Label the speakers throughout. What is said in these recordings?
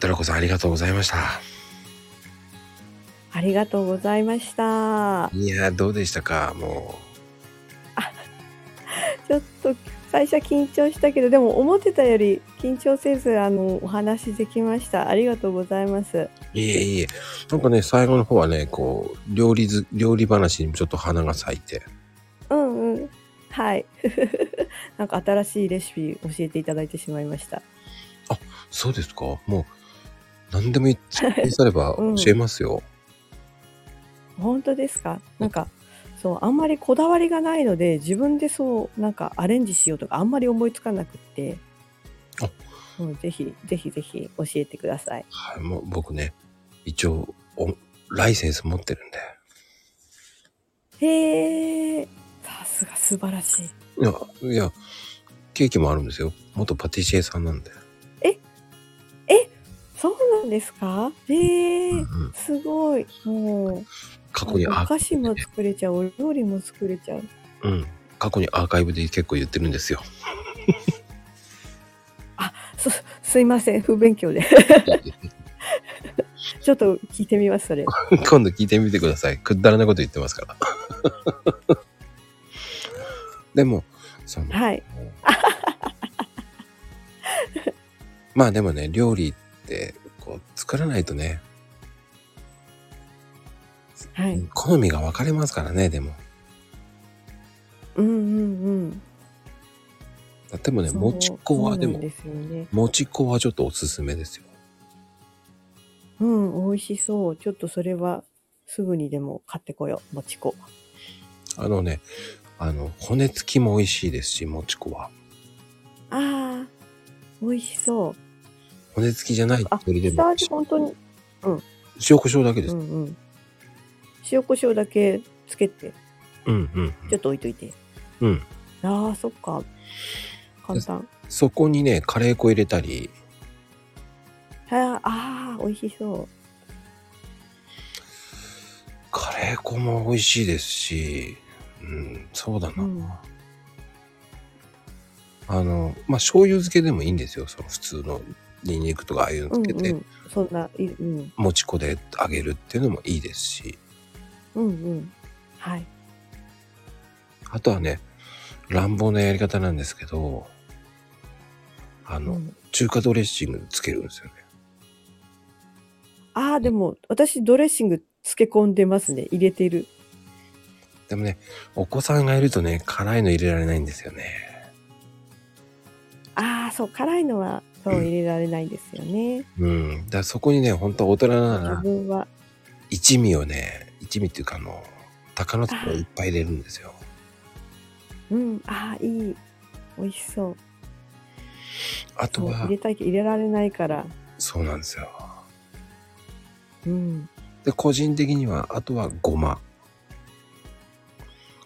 Speaker 1: トラコさんありがとうございました。
Speaker 2: ありがとうございました。
Speaker 1: いやー、どうでしたかも
Speaker 2: ちょっと最初は緊張したけど、でも思ってたより緊張せず、あの、お話できました。ありがとうございます。
Speaker 1: う。いえいえ。なんかね、最後の方はね、こう、料理ず、料理話にもちょっと花が咲いて。
Speaker 2: うんうん。はい。 なんか新しいレシピ教えていただいてしまいました。
Speaker 1: そうですかもう、何でも言ってされ ば
Speaker 2: うん
Speaker 1: 教えますよ。
Speaker 2: 本当ですかなんか、そう、あんまりこだわりがないので、自分でそう、なんかアレンジしようとか、あんまり思いつかなくって
Speaker 1: あ。
Speaker 2: うん、ぜひ、ぜひぜひ教えてください。
Speaker 1: はい、もう僕ね、一応、おライセンス持ってるんで。
Speaker 2: へえ、さすが素晴らしい。
Speaker 1: いや、いや、ケーキもあるんですよ。元パティシエさんなんで。
Speaker 2: そうなんですかへえ
Speaker 1: うんう、ん
Speaker 2: すごい。もう、
Speaker 1: 過去に
Speaker 2: お
Speaker 1: あ、
Speaker 2: 菓子も作れちゃう、お料理も作れちゃう。
Speaker 1: うん。過去にアーカイブで結構言ってるんです よ。
Speaker 2: す、すいません、不勉強で。 ちょっと聞いてみます、それ。
Speaker 1: 今度聞いてみてください。くだらないこと言ってますから。 でも、その、
Speaker 2: はい。
Speaker 1: まあでもね、料理って、こう、作らないとね、
Speaker 2: はい。
Speaker 1: 好みが分かれますからね、でも。
Speaker 2: うんうん
Speaker 1: でも
Speaker 2: う
Speaker 1: ね、
Speaker 2: ん。そう
Speaker 1: もち粉はで
Speaker 2: そうなん
Speaker 1: も、
Speaker 2: ですよね。
Speaker 1: もち粉はちょっとおすすめですよ。
Speaker 2: うん、美味しそう。ちょっとそれは、すぐにでも買ってこよう、もち粉。
Speaker 1: あのね、あの、骨付きも美味しいですし、もち粉は。
Speaker 2: ああ、美味しそう。
Speaker 1: 骨付きじゃない
Speaker 2: あ、
Speaker 1: 鳥で
Speaker 2: 下
Speaker 1: も、
Speaker 2: 味本当に、
Speaker 1: 塩コショウだけで
Speaker 2: う
Speaker 1: す。
Speaker 2: んうん。塩コショウだけつけて、
Speaker 1: うんうん
Speaker 2: ちょっと置いといて。
Speaker 1: うん。うん。
Speaker 2: ああ、そっか。簡単。
Speaker 1: そこにね、カレー粉入れたり、
Speaker 2: ああー、美味しそう。
Speaker 1: カレー粉も美味しいですし、うん、そうだな。
Speaker 2: うん
Speaker 1: あの、まあ、醤油漬けでもいいんですよ。その普通のニンニクとかああいうの
Speaker 2: う
Speaker 1: つ
Speaker 2: ん
Speaker 1: けて、
Speaker 2: うん。そんな、いうん。
Speaker 1: もち粉で揚げるっていうのもいいですし、
Speaker 2: うんうん。はい。
Speaker 1: あとはね、乱暴なやり方なんですけど、あ
Speaker 2: う
Speaker 1: の、
Speaker 2: ん、
Speaker 1: 中華ドレッシングつけるんですよね。
Speaker 2: ああ、でも、私、ドレッシング漬け込んでますね。入れてる。
Speaker 1: でもね、お子さんがいるとね、辛いの入れられないんですよね。
Speaker 2: ああ、そう、辛いのは、そう、入れられないんですよね。
Speaker 1: うん。だからそこにね、本当は大人な
Speaker 2: 自
Speaker 1: ら、
Speaker 2: 分は。
Speaker 1: 一味をね、一味っていうかあの、鷹の爪をいっぱい入れるんですよ。
Speaker 2: うん。ああ、いい。美味しそう。
Speaker 1: あと
Speaker 2: そう
Speaker 1: は
Speaker 2: 入、れたいけど、入れられないから。
Speaker 1: そうなんですよ。
Speaker 2: うん。
Speaker 1: で、個人的には、あとはごま。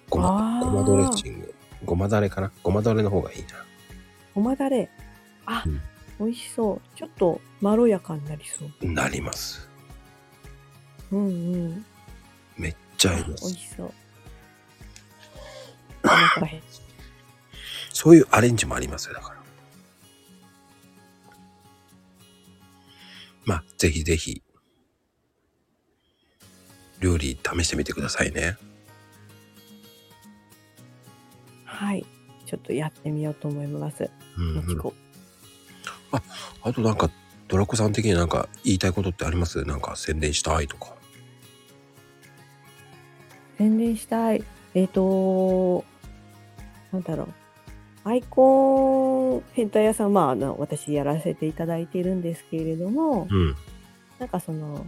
Speaker 1: ごま
Speaker 2: あ、ー
Speaker 1: ごまドレッシング。ごまだれかなごまだれの方がいいな。
Speaker 2: ごまだれ。あ、
Speaker 1: うん
Speaker 2: 美味しそう。ちょっと、まろやかになりそう。
Speaker 1: なります。
Speaker 2: うんうん。
Speaker 1: めっちゃ合いま
Speaker 2: 美味
Speaker 1: す。
Speaker 2: し そう。お腹減っ
Speaker 1: そういうアレンジもありますよ、だから。まあ、ぜひぜひ、料理試してみてくださいね。
Speaker 2: はい。ちょっとやってみようと思います。
Speaker 1: うん
Speaker 2: も
Speaker 1: う
Speaker 2: ち
Speaker 1: ん、
Speaker 2: こ。
Speaker 1: あとなんか、ドラコさん的になんか言いたいことってありますなんか宣伝したいとか。
Speaker 2: 宣伝したい。えっ、と、なんだろう。アイコン、変態屋さん、まあ、あの、私やらせていただいているんですけれども、
Speaker 1: うん。
Speaker 2: なんかその、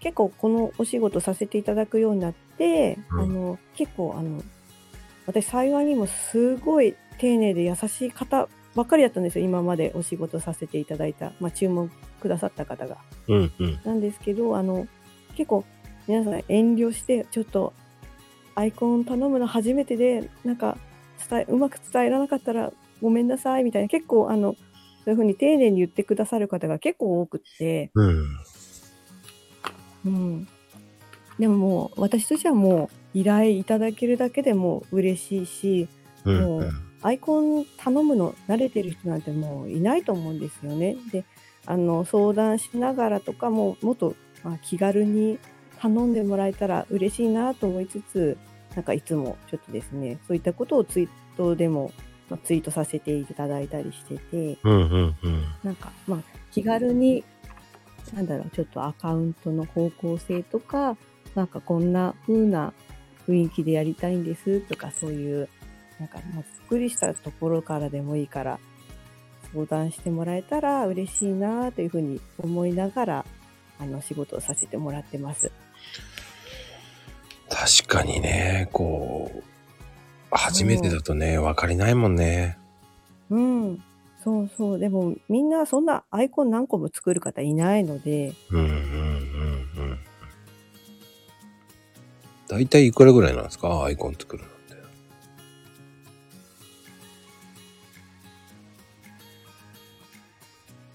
Speaker 2: 結構このお仕事させていただくようになって、
Speaker 1: うん
Speaker 2: あの、結構あの、私幸いにもすごい丁寧で優しい方ばっかりだったんですよ。今までお仕事させていただいた、まあ注文くださった方が。
Speaker 1: うんうん。
Speaker 2: なんですけど、あの、結構皆さん遠慮して、ちょっとアイコン頼むの初めてで、なんか伝え、うまく伝えられなかったらごめんなさいみたいな、結構あの、そういうふうに丁寧に言ってくださる方が結構多くって、
Speaker 1: うん。
Speaker 2: うん。でももう、私としてはもう、依頼いただけるだけでも嬉しいし、
Speaker 1: うん
Speaker 2: もう
Speaker 1: うん
Speaker 2: アイコン頼むの慣れてる人なんてもういないと思うんですよね。であの相談しながらとかももっと、まあ、気軽に頼んでもらえたら嬉しいなと思いつつなんかいつもちょっとですねそういったことをツイートでも、まあ、ツイートさせていただいたりしてて
Speaker 1: うんうんうん。
Speaker 2: なんかまあ気軽になんだろうちょっとアカウントの方向性とかなんかこんな風な雰囲気でやりたいんですとかそういうなんかもうふっくりしたところからでもいいから相談してもらえたら嬉しいなというふうに思いながらあの仕事をさせてもらってます。
Speaker 1: 確かにね、こう、初めてだとね、わかりないもんね。
Speaker 2: うん、そうそう。でもみんなそんなアイコン何個も作る方いないので、
Speaker 1: うんうんうんうん。だいたいいくらぐらいなんですかアイコン作るのって。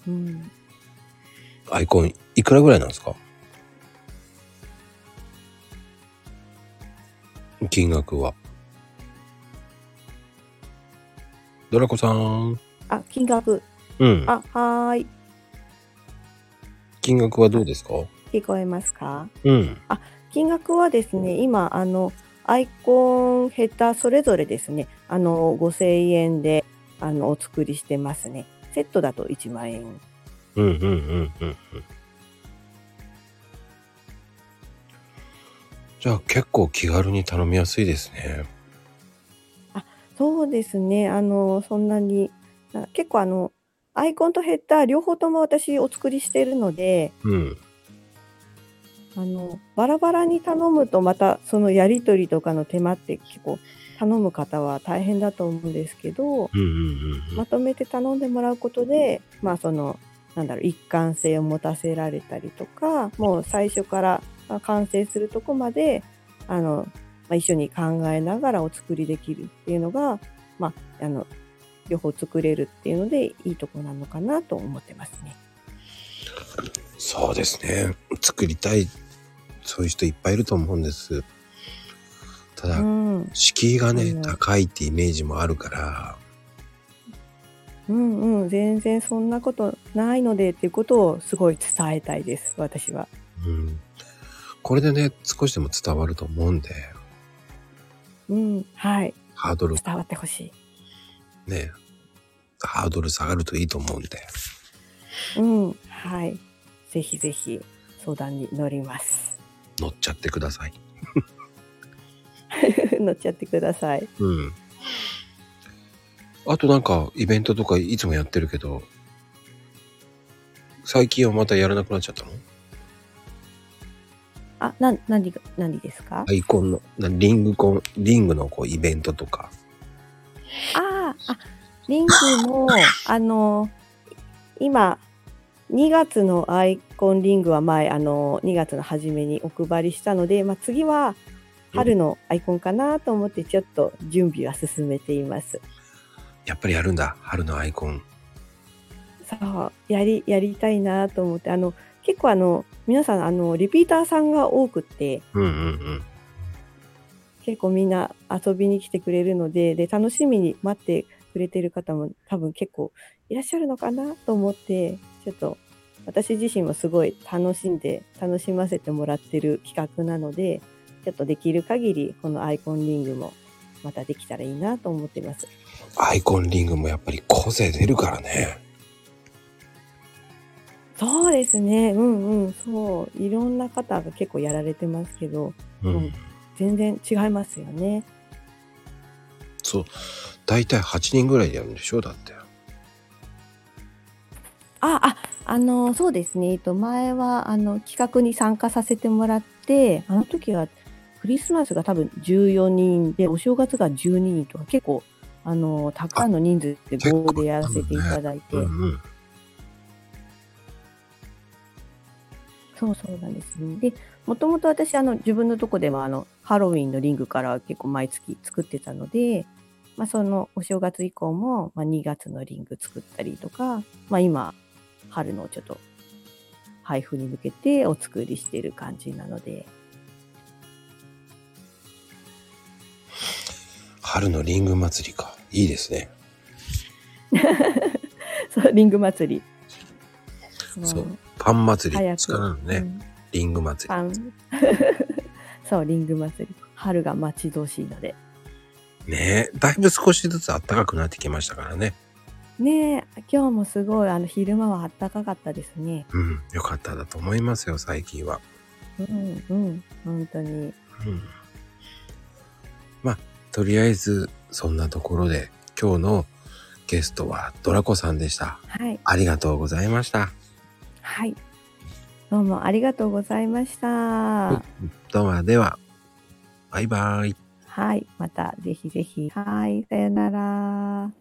Speaker 2: うん、
Speaker 1: アイコンいくらぐらいなんですか金額は。ドラコさん。
Speaker 2: あ、金額。
Speaker 1: うん。
Speaker 2: あ、はーい。
Speaker 1: 金額はどうですか
Speaker 2: 聞こえますか
Speaker 1: うん。
Speaker 2: 金額はですね、今、あの、アイコンヘッダーそれぞれですね、あの、5000円で、あの、お作りしてますね。セットだと1万円。
Speaker 1: うんうんうんうんうん。じゃあ結構気軽に頼みやすいですね。
Speaker 2: そうですね、あの、そんなに、あ結構あの、アイコンとヘッダー両方とも私お作りしてるので、
Speaker 1: うん。
Speaker 2: あの、バラバラに頼むとまたそのやり取りとかの手間って結構頼む方は大変だと思うんですけど、
Speaker 1: うんうんうん。
Speaker 2: まとめて頼んでもらうことで、まあその、なんだろう、一貫性を持たせられたりとか、もう最初からまあ完成するとこまで、あの、まあ、一緒に考えながらお作りできるっていうのが、まあ、あの、両方作れるっていうので、いいとこなのかなと思ってますね。
Speaker 1: そうですね。作りたい、そういう人いっぱいいると思うんです。ただ、
Speaker 2: うん。
Speaker 1: 敷居がね、
Speaker 2: うん
Speaker 1: 高いってイメージもあるから、
Speaker 2: うんうん。全然そんなことないのでっていうことをすごい伝えたいです、私は。
Speaker 1: うん。これでね、少しでも伝わると思うんで、
Speaker 2: うん。はい。
Speaker 1: ハードル、
Speaker 2: 伝わってほしい。
Speaker 1: ね、ハードル下がるといいと思うんで。
Speaker 2: うん、はい。ぜひぜひ相談に乗ります。
Speaker 1: 乗っちゃってください。
Speaker 2: 乗っちゃってください。
Speaker 1: うん。あとなんか、イベントとかいつもやってるけど、最近はまたやらなくなっちゃったの
Speaker 2: あ、な、何が、何ですか、
Speaker 1: アイコンの、なリングコン、リングのこうイベントとか。
Speaker 2: あーあ、リングも、あの、今、2月のアイコンリングは前、あの、2月の初めにお配りしたので、まあ、次は春のアイコンかなと思って、ちょっと準備は進めています。
Speaker 1: やっぱりやるんだ。春のアイコン。
Speaker 2: そうやりやりたいなと思ってあの結構あの皆さんあのリピーターさんが多くって、
Speaker 1: うんうん
Speaker 2: 結構みんな遊びに来てくれるのでで楽しみに待ってくれてる方も多分結構いらっしゃるのかなと思ってちょっと私自身もすごい楽しんで楽しませてもらってる企画なのでちょっとできる限りこのアイコンリングもまたできたらいいなと思ってます。
Speaker 1: アイコンリングもやっぱり個性出るからね。
Speaker 2: そうですねうんうんそういろんな方が結構やられてますけど
Speaker 1: うん。
Speaker 2: うん全然違いますよね。
Speaker 1: そう。だいたい8人ぐらいでやるんでしょだって。
Speaker 2: あ、あ、あの、そうですね。えっと、前は、あの、企画に参加させてもらって、あの時は、クリスマスが多分14人で、お正月が12人とか、結構、あの、たくさんの人数で
Speaker 1: 結構
Speaker 2: 合でやらせていただいて、
Speaker 1: うんうん。
Speaker 2: そうそうなんですね。で、もともと私、あの、自分のとこでも、あの、ハロウィンのリングからは結構毎月作ってたので、まあ、その、お正月以降も、まあ、2月のリング作ったりとか、まあ、今、春のちょっと、配布に向けてお作りしている感じなので、
Speaker 1: 春のリング祭りか。いいですね。
Speaker 2: そうリング祭り。
Speaker 1: そうんパン祭り
Speaker 2: 早く
Speaker 1: 力のね、
Speaker 2: うん
Speaker 1: リング祭
Speaker 2: パン。 そう、リング祭り。春が待ち遠しいので。
Speaker 1: りねだいぶ少しずつ暖かくなってきましたからね
Speaker 2: ねえ、今日もすごい、あの、昼間は暖かかったですね。
Speaker 1: うんよかっただと思いますよ最近は、
Speaker 2: うん、うん、本当に。
Speaker 1: うん、まあとりあえずそんなところで今日のゲストはドラコさんでした
Speaker 2: はい、
Speaker 1: ありがとうございました
Speaker 2: はい。どうもありがとうございました。
Speaker 1: どうもではバイバイ
Speaker 2: はい、またぜひぜひ。はい、さよなら。